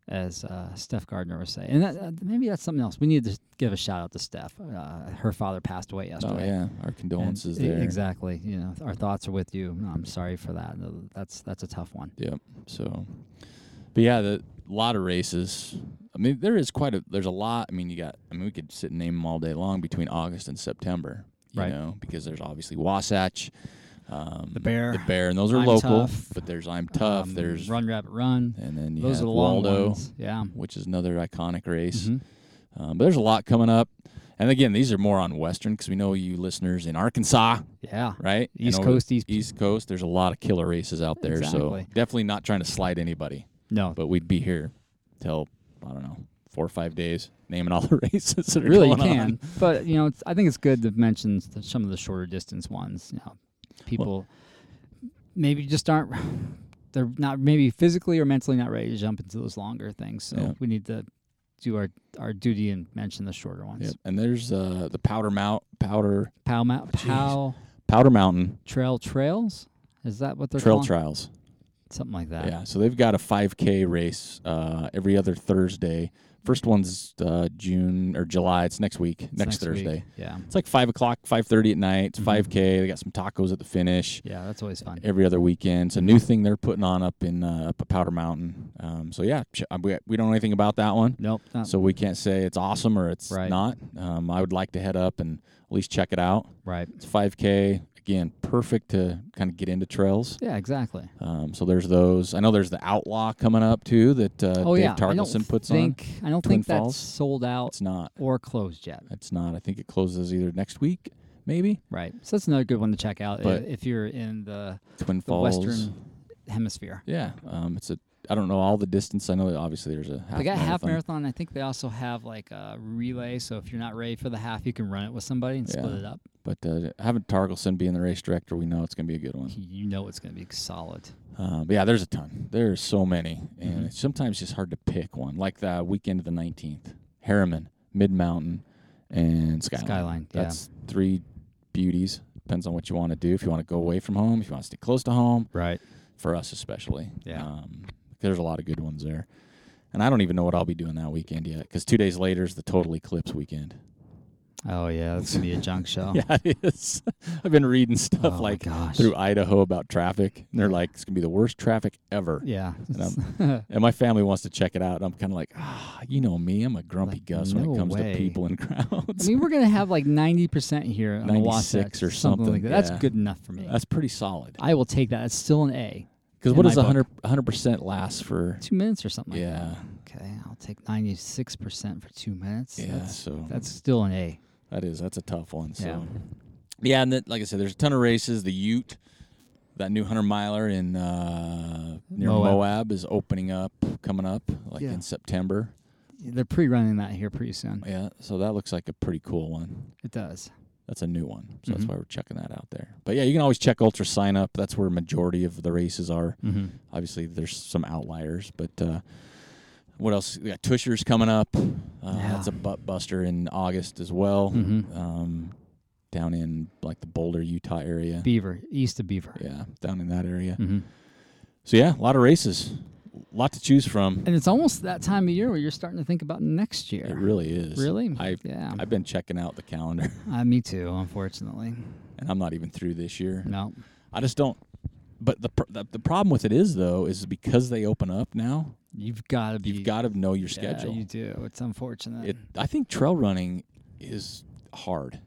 B: as uh, Steph Gardner was saying. And that, uh, maybe that's something else. We need to give a shout out to Steph. Uh, her father passed away yesterday.
A: Oh yeah, our
B: And
A: condolences
B: e-
A: there.
B: Exactly. You know, our thoughts are with you. I'm sorry for that. That's that's a tough one.
A: Yep. So, but yeah, the lot of races. I mean, there is quite a. There's a lot. I mean, you got. I mean, we could sit and name them all day long between August and September. You
B: Right.
A: know, because there's obviously Wasatch, um,
B: The Bear.
A: the bear, and those are
B: I'm
A: local.
B: Tough,
A: But there's I'm tough.
B: Um,
A: there's
B: Run Rabbit Run.
A: and then you
B: Those
A: have
B: are the long
A: Waldo,
B: ones. Yeah.
A: which is another iconic race.
B: Mhm.
A: Um, but there's a lot coming up. And again, these are more on Western because we know you listeners in Arkansas,
B: Yeah.
A: right? And
B: East
A: over the e-,
B: Coast, East.
A: East Coast. There's a lot of killer races out there. So
B: Exactly.
A: definitely not trying to slight anybody,
B: No.
A: but we'd be here till, I don't know, four or five days naming all <laughs> the races that are
B: <laughs> really, you
A: going
B: can.
A: on.
B: But you know, it's, I think it's good to mention s- some of the shorter distance ones. You know, people maybe just aren't. <sighs> They're not maybe physically or mentally not ready to jump into those longer things. So
A: Yeah.
B: we need to do our our duty and mention the shorter ones.
A: Yep. And there's uh, the Powder Mount, Powder
B: Pow Mount
A: Jeez.
B: Pow
A: Powder Mountain
B: Trail Trails. Is that what they're
A: Trail
B: called?
A: Trials.
B: Something like that.
A: Yeah, so they've got a 5K race uh, every other Thursday. First one's uh, June or July. It's next week,
B: It's
A: next, Thursday.
B: Week. Yeah.
A: It's like five o'clock, five thirty at night. It's
B: Mhm.
A: five k. They got some tacos at the finish
B: Yeah, that's always fun.
A: every other weekend. It's a new thing they're putting on up in uh, up at Powder Mountain. Um, so yeah, ch- uh, we we don't know anything about that one,
B: Nope. Not
A: so we can't say it's awesome or it's
B: Right.
A: not. Um, I would like to head up and at least check it out.
B: right.
A: It's five k again, perfect to kind of get into trails.
B: Yeah, exactly.
A: Um, so there's those. I know there's the Outlaw coming up too that uh,
B: oh
A: Dave
B: yeah. I
A: Targelson
B: don't
A: puts on.
B: think, I don't
A: Twin
B: think
A: Falls.
B: that's sold out
A: It's not.
B: or closed yet.
A: It's not. I think it closes either next week, maybe.
B: Right. So that's another good one to check out i-
A: But-
B: if you're in the,
A: Twin
B: the
A: Falls.
B: Western Hemisphere.
A: Yeah, um, it's a. I don't know all the distance. I know that obviously there's a half.
B: they got
A: marathon.
B: half marathon. I think they also have like a relay. So if you're not ready for the half, you can run it with somebody and split
A: Yeah.
B: it up.
A: but uh, having Targelson being the race director, we know it's going to be a good one.
B: You know it's going to be solid.
A: Uh, but yeah, there's a ton. There's so many, and
B: Mhm.
A: it's sometimes just hard to pick one. Like the weekend of the 19th, Harriman, Mid Mountain, and Skyline.
B: Skyline, yeah.
A: That's three beauties. Depends on what you want to do. If you want to go away from home, if you want to stay close to home,
B: Right.
A: for us especially.
B: Yeah.
A: Um, there's a lot of good ones there. And I don't even know what I'll be doing that weekend yet because two days later is the total eclipse weekend.
B: Oh yeah, that's going to be a
A: <laughs>
B: junk show.
A: Yeah, it is. I've been reading
B: Oh
A: stuff
B: my
A: like
B: gosh.
A: through Idaho about traffic. And they're like, it's going to be the worst traffic ever.
B: Yeah.
A: <laughs> And my family wants to check it out. And I'm kind of like, ah, you know me. I'm a grumpy
B: Like,
A: Gus when
B: no
A: it comes
B: way."
A: to people and
B: <laughs>
A: <laughs>
B: I <laughs>
A: crowds.
B: mean, we're gonna have like ninety percent here on the
A: 96
B: Wasatch
A: or
B: like
A: something,
B: that.
A: yeah.
B: That's good enough for me.
A: That's pretty solid.
B: I will take that. That's still an A.
A: Because
B: In
A: what
B: my
A: does
B: book.
A: 100, 100% last for?
B: Two minutes or something.
A: Yeah.
B: Like that. Okay, I'll take ninety-six percent for two minutes.
A: Yeah.
B: That's,
A: so
B: that's still an A.
A: that is, that's a tough one. So.
B: Yeah.
A: Yeah, and then, like I said, there's a ton of races. The Ute, that new hundred miler in uh, near Moab.
B: Moab.
A: is opening up, coming up like
B: Yeah.
A: in September.
B: They're pre-running that here pretty soon.
A: Yeah, so that looks like a pretty cool one.
B: It does.
A: That's a new one, so that's
B: Mhm.
A: why we're checking that out there. But yeah, you can always check Ultra Sign Up. That's where majority of the races are.
B: Mm-hmm.
A: Obviously, there's some outliers, but uh, what else? We got Tushers coming up. Uh,
B: Yeah.
A: That's a butt buster in August as well.
B: hmm
A: Um, down in like the Boulder, Utah area.
B: Beaver, east of Beaver.
A: yeah, down in that area.
B: hmm
A: So yeah, a lot of races, a lot to choose from.
B: And it's almost that time of year where you're starting to think about next year.
A: It really is.
B: Really?
A: I
B: yeah.
A: I've been checking out the calendar, <laughs>
B: uh, me too, unfortunately.
A: and I'm not even through this year.
B: No.
A: I just don't. But the, pr- the the problem with it is though is because they open up now,
B: You've got to be.
A: you've got to know your
B: Yeah,
A: schedule.
B: you do. It's unfortunate.
A: it I think trail running is hard,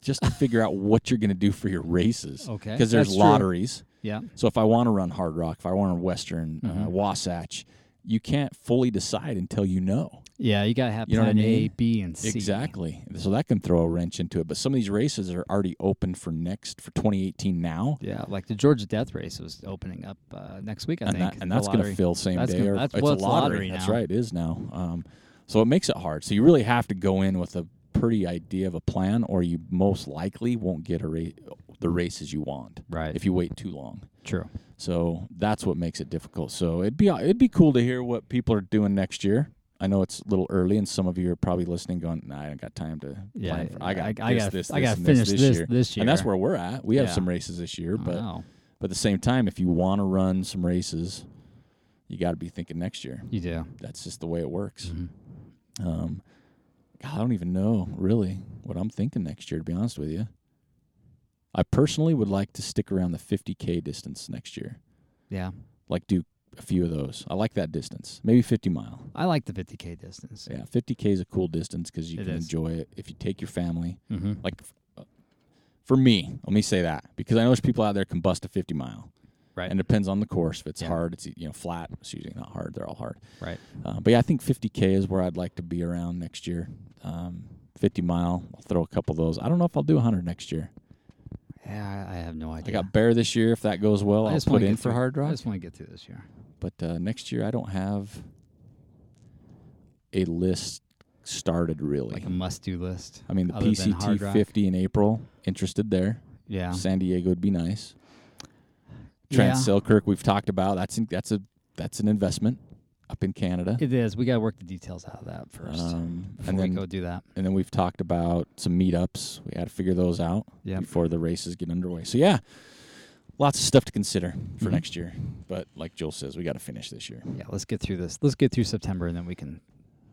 A: just to figure out what you're going to do for your races.
B: <laughs> Okay,
A: Because there's
B: that's true.
A: lotteries.
B: yeah.
A: So if I want to run Hard Rock, if I want to run Western
B: Mm-hmm.
A: uh, Wasatch, you can't fully decide until you know.
B: Yeah, you gotta have
A: You know what I
B: plan A,
A: mean?
B: B, and C.
A: Exactly. So that can throw a wrench into it. But some of these races are already open for next for 2018 now,
B: Yeah, like the Georgia Death Race was opening up uh, next week, I
A: and
B: think.
A: that, and
B: the
A: that's going to
B: lottery.
A: fill same
B: That's
A: day.
B: gonna-
A: or
B: that's-
A: it's a
B: well, it's a
A: lottery.
B: lottery
A: That's
B: now.
A: right. It is now. Um, so it makes it hard. So you really have to go in with a pretty idea of a plan, or you most likely won't get a ra- the races you want
B: Right.
A: if you wait too long.
B: True.
A: So that's what makes it difficult. So it'd be it'd be cool to hear what people are doing next year. I know it's a little early, and some of you are probably listening, going, "Nah, I don't got time to
B: Yeah.
A: plan. For, I got
B: I,
A: this,
B: gotta,
A: this,
B: I
A: this,
B: gotta
A: and
B: finish
A: this,
B: this
A: year.
B: this year.
A: And that's where we're at. We have
B: Yeah.
A: some races this year,
B: I
A: but
B: know.
A: but at the same time, if you want to run some races, you got to be thinking next year.
B: you do.
A: That's just the way it works.
B: Mm-hmm.
A: Um, God, I don't even know really what I'm thinking next year. To be honest with you, I personally would like to stick around the 50k distance next year
B: Yeah.
A: like do a few of those. I like that distance, maybe 50 mile.
B: I like the 50k distance.
A: Yeah, 50k is a cool distance because you
B: It
A: can
B: is.
A: enjoy it if you take your family.
B: Mm-hmm.
A: Like f- for me, let me say that because I know there's people out there can bust a 50 mile.
B: Right.
A: And it depends on the course. If it's
B: Yeah.
A: hard, it's you know flat. Excuse me, not hard. They're all hard.
B: Right.
A: Uh, but yeah, I think 50k is where I'd like to be around next year. Um, 50 mile. I'll throw a couple of those. I don't know if I'll do 100 next year.
B: Yeah. I I have no idea.
A: I got bear this year. If that goes well,
B: I
A: I'll
B: just
A: put
B: wanna
A: in
B: get
A: for
B: through-
A: hard
B: I
A: rock.
B: just want to get through this year.
A: but uh, next year I don't have a list started really.
B: Like a
A: I
B: must-do list.
A: mean, the
B: other than Hard
A: PCT
B: Rock.
A: 50 in April, interested there.
B: Yeah.
A: San Diego would be nice.
B: Yeah.
A: Trans Selkirk, we've talked about. That's in, that's a that's an investment up in Canada.
B: It is. We got to work the details out of that first.
A: Um,
B: before
A: and
B: we
A: then
B: go do that.
A: and then we've talked about some meetups. We got to figure those out
B: Yep.
A: before the races get underway. So yeah, lots of stuff to consider for
B: Mhm.
A: next year. But like Joel says, we got to finish this year.
B: Yeah. Let's get through this. Let's get through September, and then we can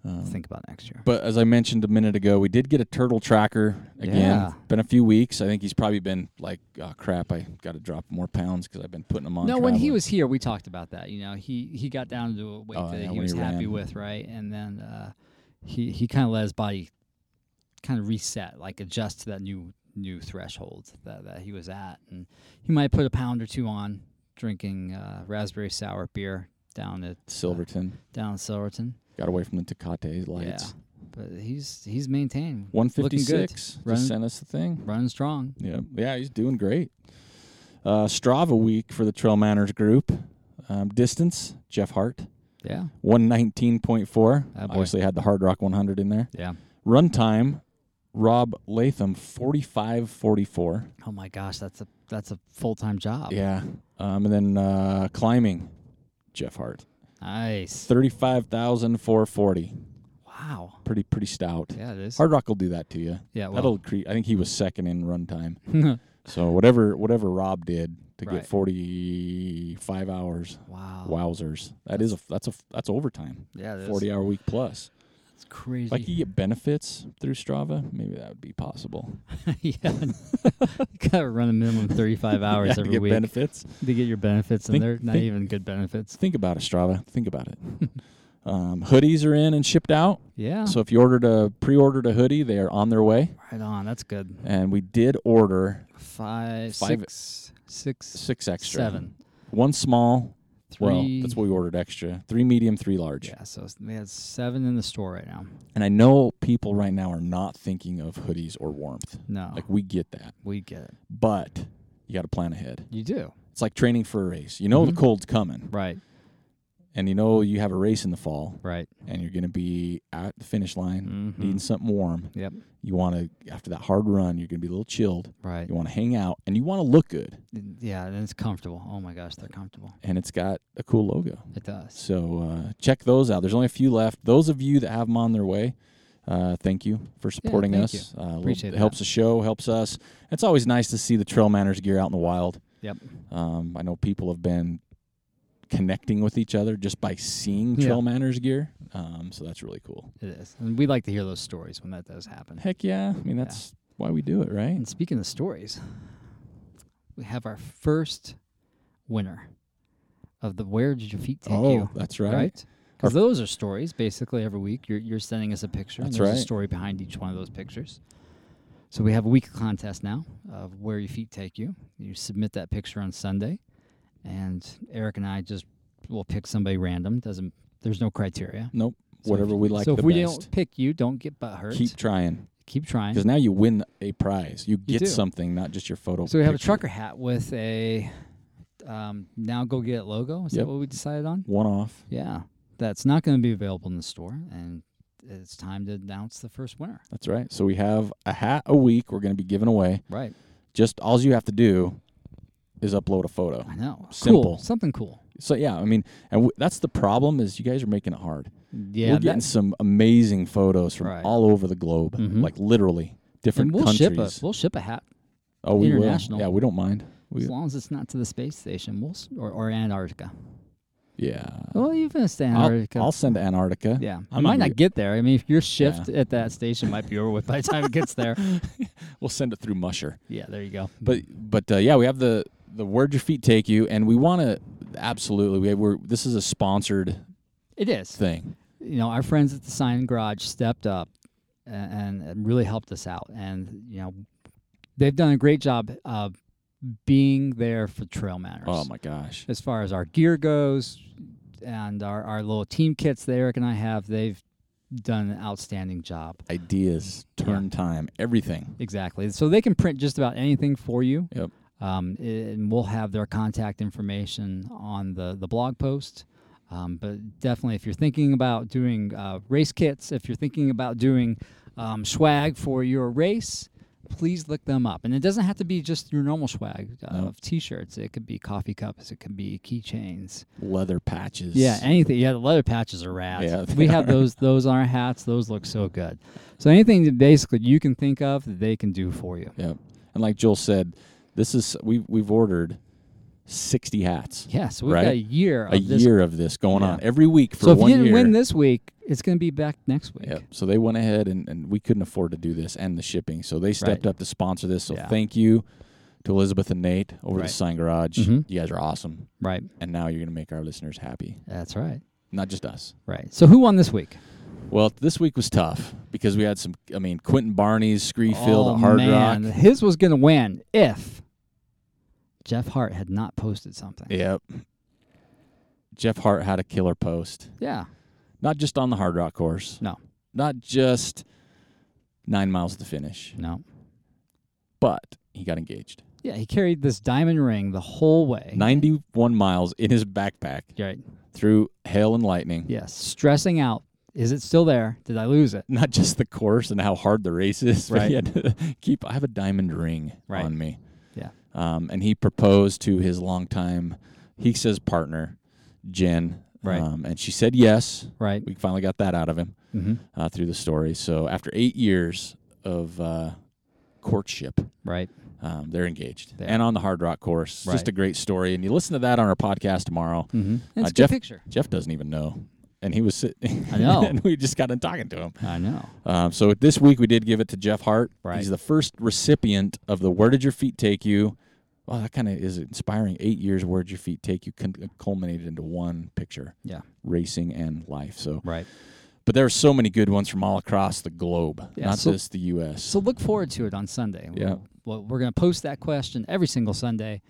A: Um,
B: think about next year.
A: But as I mentioned a minute ago, we did get a turtle tracker again.
B: Yeah.
A: Been a few weeks. I think he's probably been like, oh, crap, I got to drop more pounds because I've been putting them on.
B: No, when he
A: traveling."
B: was here, we talked about that. You know, he he got down to a weight
A: Oh,
B: that
A: yeah,
B: he
A: when
B: was
A: he
B: happy
A: ran.
B: with, right? And then uh, he he kind of let his body kind of reset, like adjust to that new new threshold that, that he was at, and he might put a pound or two on drinking uh, raspberry sour beer down at
A: Silverton.
B: down in Silverton.
A: Got away from the Tecate lights.
B: Yeah, but he's he's maintained, looking good,
A: 156.
B: Running-
A: Just sent us the thing.
B: running strong.
A: Yeah. Yeah, he's doing great. Uh, Strava week for the Trail Manners group. Um, distance, Jeff Hart,
B: Yeah,
A: 119.4.
B: Ah, boy.
A: Obviously had the Hard Rock 100 in there.
B: yeah.
A: Run time, Rob Latham, 45.44.
B: Oh my gosh, that's a that's a full time job.
A: Yeah. Um, and then uh, climbing, Jeff Hart,
B: Nice.
A: thirty-five thousand four forty.
B: Wow.
A: Pretty pretty stout.
B: Yeah, it is.
A: Hard Rock will do that to you.
B: Yeah, well,
A: That'll cre- I think he was second in run time.
B: <laughs>
A: So whatever whatever Rob did to
B: Right.
A: get forty-five hours,
B: wow.
A: wowzers. That is a that's a that's overtime.
B: Yeah, that's,
A: Forty hour week plus.
B: that's crazy.
A: If
B: <laughs>
A: I could get benefits through Strava, maybe that would be possible.
B: yeah, you <laughs> gotta run a minimum thirty-five
A: <laughs>
B: hours
A: Yeah, to
B: every
A: get
B: week
A: benefits.
B: to get your benefits,
A: Think-
B: and they're not
A: think-
B: even good benefits.
A: Think about it, Strava. Think about it. <laughs> um, hoodies are in and shipped out.
B: Yeah,
A: So if you ordered a pre-ordered a hoodie, they are on their way.
B: right on. That's good.
A: And we did order
B: Five,
A: Five-
B: six, six,
A: six extra.
B: seven,
A: One small.
B: three.
A: Well, that's what we ordered extra. Three medium, three large.
B: yeah, so it's- we had seven in the store right now.
A: And I know people right now are not thinking of hoodies or warmth.
B: No,
A: Like we get that,
B: we get it.
A: but you got to plan ahead.
B: You do
A: It's like training for a race. You know
B: Mhm.
A: the cold's coming,
B: right,
A: and you know you have a race in the fall,
B: right.
A: and you're going to be at the finish line
B: Mhm.
A: needing something warm.
B: Yep,
A: You want to after that hard run, you're going to be a little chilled.
B: right.
A: You want to hang out, and you want to look good.
B: Yeah, and it's comfortable. Oh my gosh, they're comfortable.
A: And it's got a cool logo.
B: It does.
A: So uh, check those out. There's only a few left. Those of you that have them on their way, uh, thank you for supporting
B: thank
A: us. Uh, little-
B: Appreciate
A: it
B: that.
A: helps the show, helps us. It's always nice to see the Trail Manners gear out in the wild.
B: Yep.
A: Um, I know people have been connecting with each other just by seeing
B: Yeah.
A: Trail Manners gear, um, so that's really cool.
B: It is, and we like to hear those stories when that does happen.
A: Heck yeah! I mean, that's why we do it, right?
B: And speaking of stories, we have our first winner of the Where Did Your Feet Take
A: oh,
B: You?
A: that's
B: Right?
A: right.
B: Because those are stories basically every week. You're, you're sending us a picture,
A: That's
B: and there's a
A: right.
B: story behind each one of those pictures. So we have a weekly contest now of Where Your Feet Take You. You submit that picture on Sunday, and Eric and I just will pick somebody random. Doesn't There's no criteria.
A: Nope.
B: So
A: Whatever
B: if,
A: we like
B: So
A: the
B: if we
A: best.
B: don't pick you, don't get butthurt.
A: Keep trying
B: Keep trying.
A: because now you win a prize. You get
B: do.
A: something, not just your photo.
B: So we have a
A: picture.
B: trucker hat with a um, now go get it logo. Is
A: Yep.
B: that what we decided on?
A: One off.
B: Yeah, that's not going to be available in the store, and it's time to announce the first winner.
A: That's right. So we have a hat a week we're going to be giving away.
B: Right.
A: Just all you have to do is upload a photo.
B: I know.
A: Simple.
B: Cool. Something cool.
A: So yeah, I mean, and w- that's the problem is you guys are making it hard.
B: Yeah.
A: We're getting
B: that-
A: some amazing photos from
B: Right.
A: all over the globe,
B: Mhm.
A: like literally different
B: and we'll
A: countries.
B: ship a we'll ship a hat
A: oh, we
B: international.
A: will. Yeah, we don't mind. We,
B: as long as it's not to the space station. We'll s- or, or Antarctica.
A: yeah.
B: Well, you can stay in
A: Oh. I'll,
B: Oh, Antarctica.
A: I'll send to Antarctica.
B: yeah,
A: I'm
B: you might
A: not
B: not get there. I mean, if your shift at that station might be over with by the time it
A: <laughs>
B: gets there.
A: We'll send it through Musher.
B: Yeah, there you go.
A: But but uh, yeah, we have the the where'd your feet take you, and we want to absolutely. We we're this is a sponsored
B: It is.
A: thing.
B: you know, our friends at the Sign Garage stepped up a- and, and really helped us out. And, you know, they've done a great job uh, being there for Trail Matters.
A: Oh my gosh.
B: As far as our gear goes and our, our little team kits that Eric and I have, they've done an outstanding job.
A: Ideas, turn time, everything.
B: Exactly. So they can print just about anything for you.
A: Yep.
B: Um, and we'll have their contact information on the, the blog post. Um, but definitely, if you're thinking about doing uh, race kits, if you're thinking about doing um, swag for your race, please look them up. And it doesn't have to be just your normal swag uh,
A: No.
B: of t shirts, it could be coffee cups, it could be keychains.
A: Leather patches.
B: Yeah, anything. Yeah, the leather patches are rad.
A: Yeah, they <laughs>
B: we have those those on our hats. Those look so good. So anything that basically you can think of that they can do for you.
A: Yep. And like Joel said, this is we we've ordered sixty hats.
B: Yeah, so we've
A: Right?
B: got a year of
A: A
B: this.
A: year of this going
B: Yeah.
A: on every week for
B: so if
A: one
B: you didn't
A: year.
B: win this week, it's going to be back next week.
A: Yep. So they went ahead and, and we couldn't afford to do this and the shipping. So they stepped
B: Right.
A: up to sponsor this. So
B: Yeah.
A: thank you to Elizabeth and Nate over at
B: Right.
A: the Sign Garage.
B: Mhm.
A: You guys are awesome.
B: Right.
A: And now you're going to make our listeners happy,
B: That's right.
A: not just us.
B: Right. So who won this week?
A: Well, this week was tough because we had some, I mean, Quentin Barney's, Screefield,
B: oh,
A: at Hard
B: man.
A: Rock.
B: His was going to win if Jeff Hart had not posted something.
A: Yep. Jeff Hart had a killer post,
B: Yeah.
A: not just on the Hard Rock course.
B: No.
A: Not just nine miles to finish,
B: No.
A: but he got engaged.
B: Yeah, he carried this diamond ring the whole way.
A: 91 miles in his backpack.
B: Right.
A: through hail and lightning.
B: Yes. Stressing out. Is it still there? Did I lose it?
A: Not just the course and how hard the race is, but
B: Right.
A: he had to <laughs> keep. I have a diamond ring
B: Right.
A: on me.
B: Yeah.
A: Um, and he proposed to his longtime, he says partner, Jen.
B: Right.
A: Um, and she said yes.
B: Right.
A: We finally got that out of him
B: Mm-hmm.
A: uh, through the story. So after eight years of uh, courtship,
B: Right.
A: um, they're engaged
B: They are.
A: and on the Hard Rock course. Just
B: Right.
A: a great story. And you listen to that on our podcast tomorrow.
B: Mm-hmm. It's a good
A: Uh, Jeff- <laughs>
B: picture.
A: Jeff doesn't even know. And he was <laughs> sitting.
B: I know.
A: and we just got in talking to him.
B: I know.
A: Um, so this week we did give it to Jeff Hart.
B: Right.
A: He's the first recipient of the "Where Did Your Feet Take You." Well, that kind of is inspiring. Eight years, "Where Did Your Feet Take You," con- culminated into one picture:
B: Yeah.
A: racing and life. So,
B: Right.
A: but there are so many good ones from all across the globe,
B: Yeah,
A: not
B: so-
A: just the U.S.
B: So look forward to it on Sunday.
A: Yeah.
B: We'll- Well, we're going to post that question every single Sunday.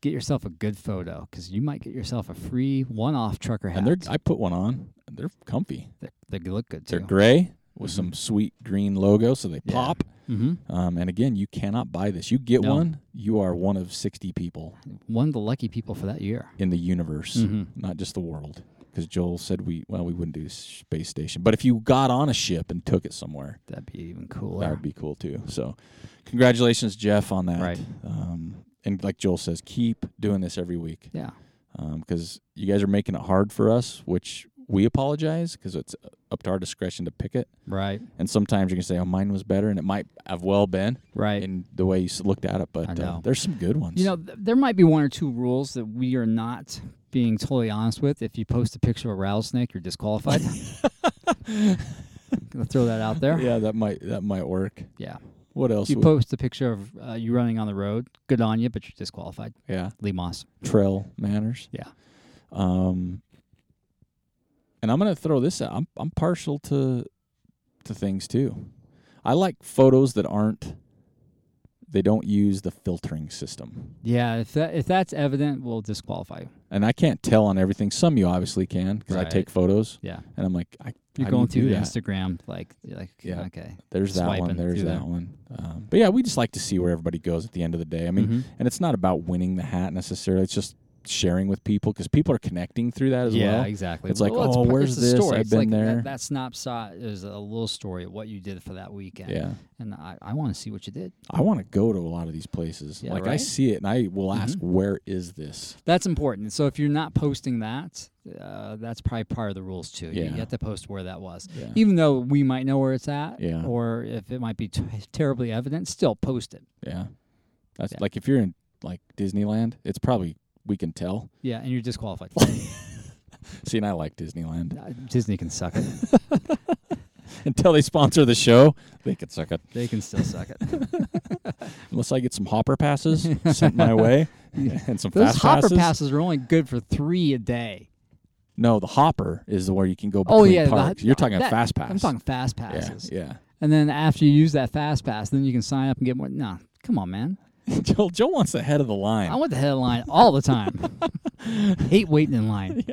B: Get yourself a good photo because you might get yourself a free one-off trucker hat.
A: and they're I put one on. They're comfy.
B: they they look good
A: They're
B: too.
A: gray with some sweet green logo, so they
B: Mm-hmm. Yeah.
A: pop.
B: mm-hmm.
A: Um, and again, you cannot buy this. You get
B: No.
A: one, you are one of sixty people
B: One of the lucky people for that year.
A: in the universe.
B: Mm-hmm.
A: not just the world. Because Joel said we well we wouldn't do space station, but if you got on a ship and took it somewhere,
B: That'd be even
A: that
B: cooler.
A: would be cool too. So, congratulations, Jeff, on that.
B: Right.
A: Um, and like Joel says, keep doing this every week
B: yeah.
A: because um, you guys are making it hard for us, which we apologize because it's up to our discretion to pick it.
B: Right.
A: And sometimes you can say, "Oh, mine was better," and it might have well been
B: Right.
A: in the way you s- looked at it.
B: I
A: But uh,
B: know.
A: there's some good ones.
B: You know, th- there might be one or two rules that we are not being totally honest with. If you post a picture of a rattlesnake, you're disqualified.
A: <laughs>
B: <laughs> Gonna throw that out there.
A: yeah, that might that might work.
B: Yeah.
A: What else?
B: If you
A: would-
B: post a picture of uh, you running on the road, good on you, but you're disqualified.
A: yeah.
B: Lee Moss.
A: trail manners.
B: Yeah.
A: Um and I'm going to throw this out. I'm I'm partial to to things too. I like photos that aren't they don't use the filtering system.
B: Yeah, if that if that's evident, we'll disqualify you.
A: And I can't tell on everything. Some you obviously can cuz I
B: Right.
A: take photos
B: Yeah,
A: and I'm like I
B: you're
A: How do
B: going
A: you do
B: through the
A: that?
B: Instagram like you're like
A: Yeah.
B: okay.
A: there's that one,
B: Swiping
A: there's
B: through
A: that
B: there.
A: one. Um, but yeah, we just like to see where everybody goes at the end of the day. I mean,
B: Mhm.
A: and it's not about winning the hat necessarily. It's just sharing with people because people are connecting through that as
B: yeah,
A: well.
B: exactly.
A: It's like,
B: Well,
A: oh,
B: p-
A: where's
B: a
A: this?
B: Story.
A: I've
B: It's
A: been
B: like
A: there.
B: That, that snapshot is a little story of what you did for that weekend.
A: yeah.
B: And I, I want to see what you did.
A: I want to go to a lot of these places.
B: Yeah,
A: like I
B: right? Mm-hmm.
A: see it and I will ask, "Where is this?
B: That's important. So if you're not posting that, uh, that's probably part of the rules too. You-
A: Yeah.
B: You have to post where that was,
A: Yeah.
B: even though we might know where it's at,
A: Yeah.
B: or if it might be t- terribly evident, still post it.
A: Yeah. That's
B: Yeah.
A: like if you're in like Disneyland, it's probably we can tell.
B: Yeah, and you're disqualified.
A: See, and I like Disneyland.
B: Uh, Disney can suck it.
A: <laughs> Until they sponsor the show, they could suck it.
B: They can still suck it.
A: Unless I get some hopper
B: <laughs>
A: passes sent my way and some
B: Those
A: fast
B: hopper
A: passes.
B: passes. are only good for three a day.
A: No, the hopper is the where you can go between
B: Oh yeah, the-
A: parks. You're talking
B: that-
A: fast pass.
B: I'm talking fast
A: yeah,
B: passes.
A: yeah. <laughs>
B: And then after you use that fast pass, then you can sign up and get more. Nah, come on, man.
A: Joel, Joel wants the head of the
B: I
A: line.
B: want the head of the line all
A: <laughs>
B: the time. Hate waiting in line.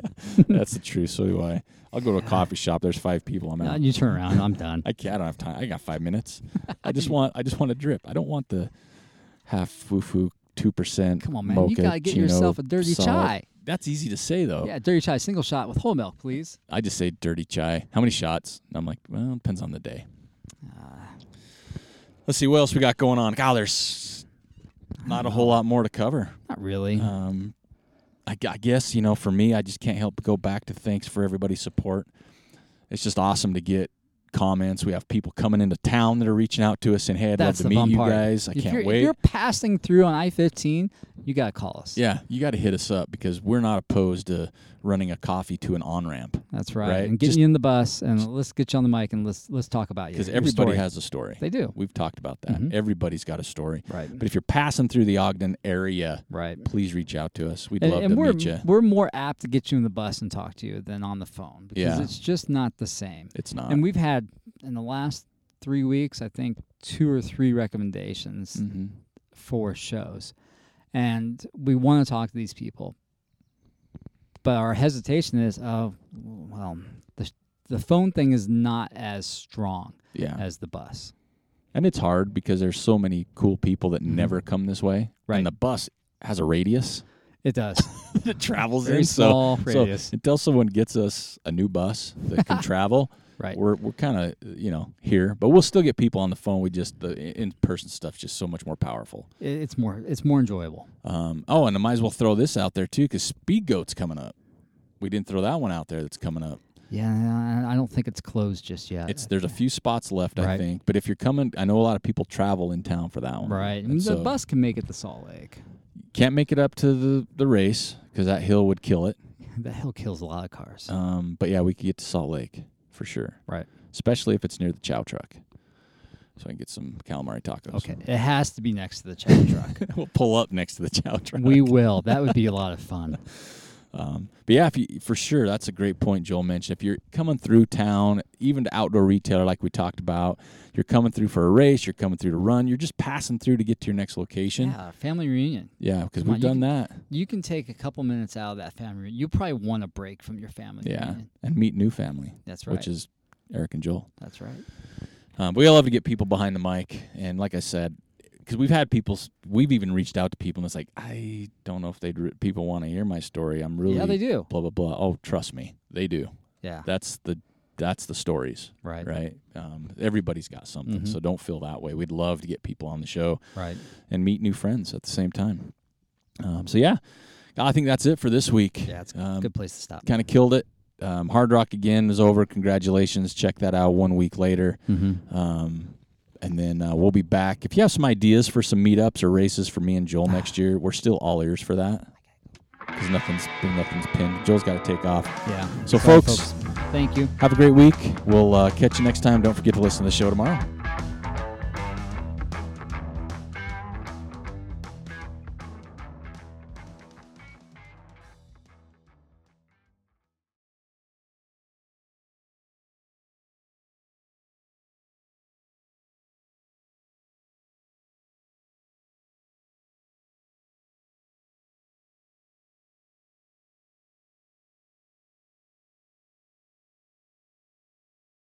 A: That's the truth. So do I. I'll go to a coffee shop. There's five people. I'm
B: Uh,
A: out.
B: Ah. you turn around, I'm done.
A: I can't. I don't have time. I got five
B: <laughs>
A: minutes. I just want. I just want a drip. I don't want the half foo foo two percent.
B: Come on, man. you gotta get yourself a dirty chai.
A: That's easy to say though.
B: Yeah, dirty chai, single shot with whole milk, please.
A: I just say dirty chai. How many shots? And I'm like, well, depends on the day. Ah. Let's see what else we got going on. God, there's not a whole lot more to cover.
B: Not really.
A: Um, I, gu- I guess you know, for me, I just can't help but go back to thanks for everybody's support. It's just awesome to get comments. We have people coming into town that are reaching out to us and hey, I'd
B: That's
A: love to
B: the
A: meet
B: fun
A: you
B: part.
A: guys. I
B: if
A: can't
B: you're,
A: wait.
B: If you're passing through on I-15, you gotta call us.
A: yeah, you got to hit us up because we're not opposed to running a coffee to an on ramp
B: that's right.
A: Right,
B: And getting
A: just-
B: you in the bus, and let's get you on the mic, and let's let's talk about you.
A: because
B: your
A: everybody
B: story.
A: has a story.
B: They do.
A: We've talked about that.
B: Mhm.
A: Everybody's got a story.
B: Right.
A: But if you're passing through the Ogden area,
B: Right.
A: please reach out to us. We'd
B: And,
A: love
B: and
A: to
B: we're
A: meet you.
B: we're more apt to get you in the bus and talk to you than on the phone because
A: Yeah. Uh,
B: it's just not the same.
A: It's not.
B: and we've had in the last three weeks, I think two or three recommendations
A: Mhm.
B: for shows, and we want to talk to these people, but our hesitation is, oh, well, the sh- the phone thing is not as strong
A: Yeah.
B: as the bus.
A: And it's hard because there's so many cool people that never come this way.
B: Mm-hmm. Right.
A: And the bus has a
B: <laughs>
A: radius <laughs>
B: It does
A: that travels
B: very
A: in. So,
B: small
A: so
B: radius,
A: until someone gets us a new bus that
B: <laughs>
A: can travel,
B: right?
A: we're we're kind of you know here, but we'll still get people on the phone. We just the in person stuff's just so much more powerful.
B: It- It's more it's more enjoyable.
A: Um, oh, and I might as well throw this out there too because Speed Goat's coming up. We didn't throw that one out there. That's coming up.
B: Yeah, I I don't think it's closed just yet.
A: It's there's a few spots left, I
B: Right.
A: think. But if you're coming, I know a lot of people travel in town for that one.
B: right.
A: And
B: And the
A: so-
B: bus can make it to Salt Lake. <laughs>
A: Can't make it up to the, the race because that hill would kill it.
B: That hill kills a lot of cars.
A: Um, but yeah, we could get to Salt Lake for sure,
B: right.
A: especially if it's near the chow truck. So I can get some calamari tacos.
B: Okay. It has to be next to the chow
A: <laughs>
B: truck.
A: we'll pull up next to the chow truck.
B: we will. That would be a lot
A: <laughs>
B: of fun.
A: um, but yeah, if you, for sure, that's a great point Joel mentioned. If you're coming through town, even to outdoor retailer like we talked about, you're coming through for a race, you're coming through to run, you're just passing through to get to your next location.
B: Yeah, family reunion.
A: Yeah, because
B: Come
A: we've
B: on, you
A: done
B: can-
A: that.
B: You can take a couple minutes out of that family reunion. You probably want a break from your family
A: Yeah,
B: reunion.
A: and meet new family,
B: That's right.
A: which is Eric and Joel.
B: That's right.
A: Um, but we all love to get people behind the mic, and like I said, because we've had people, s- we've even reached out to people, and it's like, I don't know if they would people want to hear my story. I'm really
B: Yeah, they do.
A: blah blah blah. Oh, trust me, they do.
B: Yeah.
A: That's the that's the stories,
B: Right.
A: right? Um, everybody's got something,
B: Mhm.
A: so don't feel that way. We'd love to get people on the show
B: Right.
A: and meet new friends at the same time. Um, so yeah, I think that's it for this week.
B: Yeah, it's
A: um,
B: Good place to stop.
A: Kind of killed it. Um, Hard Rock again is over. Congratulations. Check that out one week later.
B: Mm-hmm.
A: Um, and then uh, we'll be back. If you have some ideas for some meetups or races for me and Joel
B: Ah.
A: next year, we're still all ears for that. Because nothing's nothing's pinned. Joel's got to take off.
B: Yeah.
A: So,
B: Sorry,
A: folks-
B: thank you.
A: Have a great week. We'll uh, catch you next time. Don't forget to listen to the show tomorrow.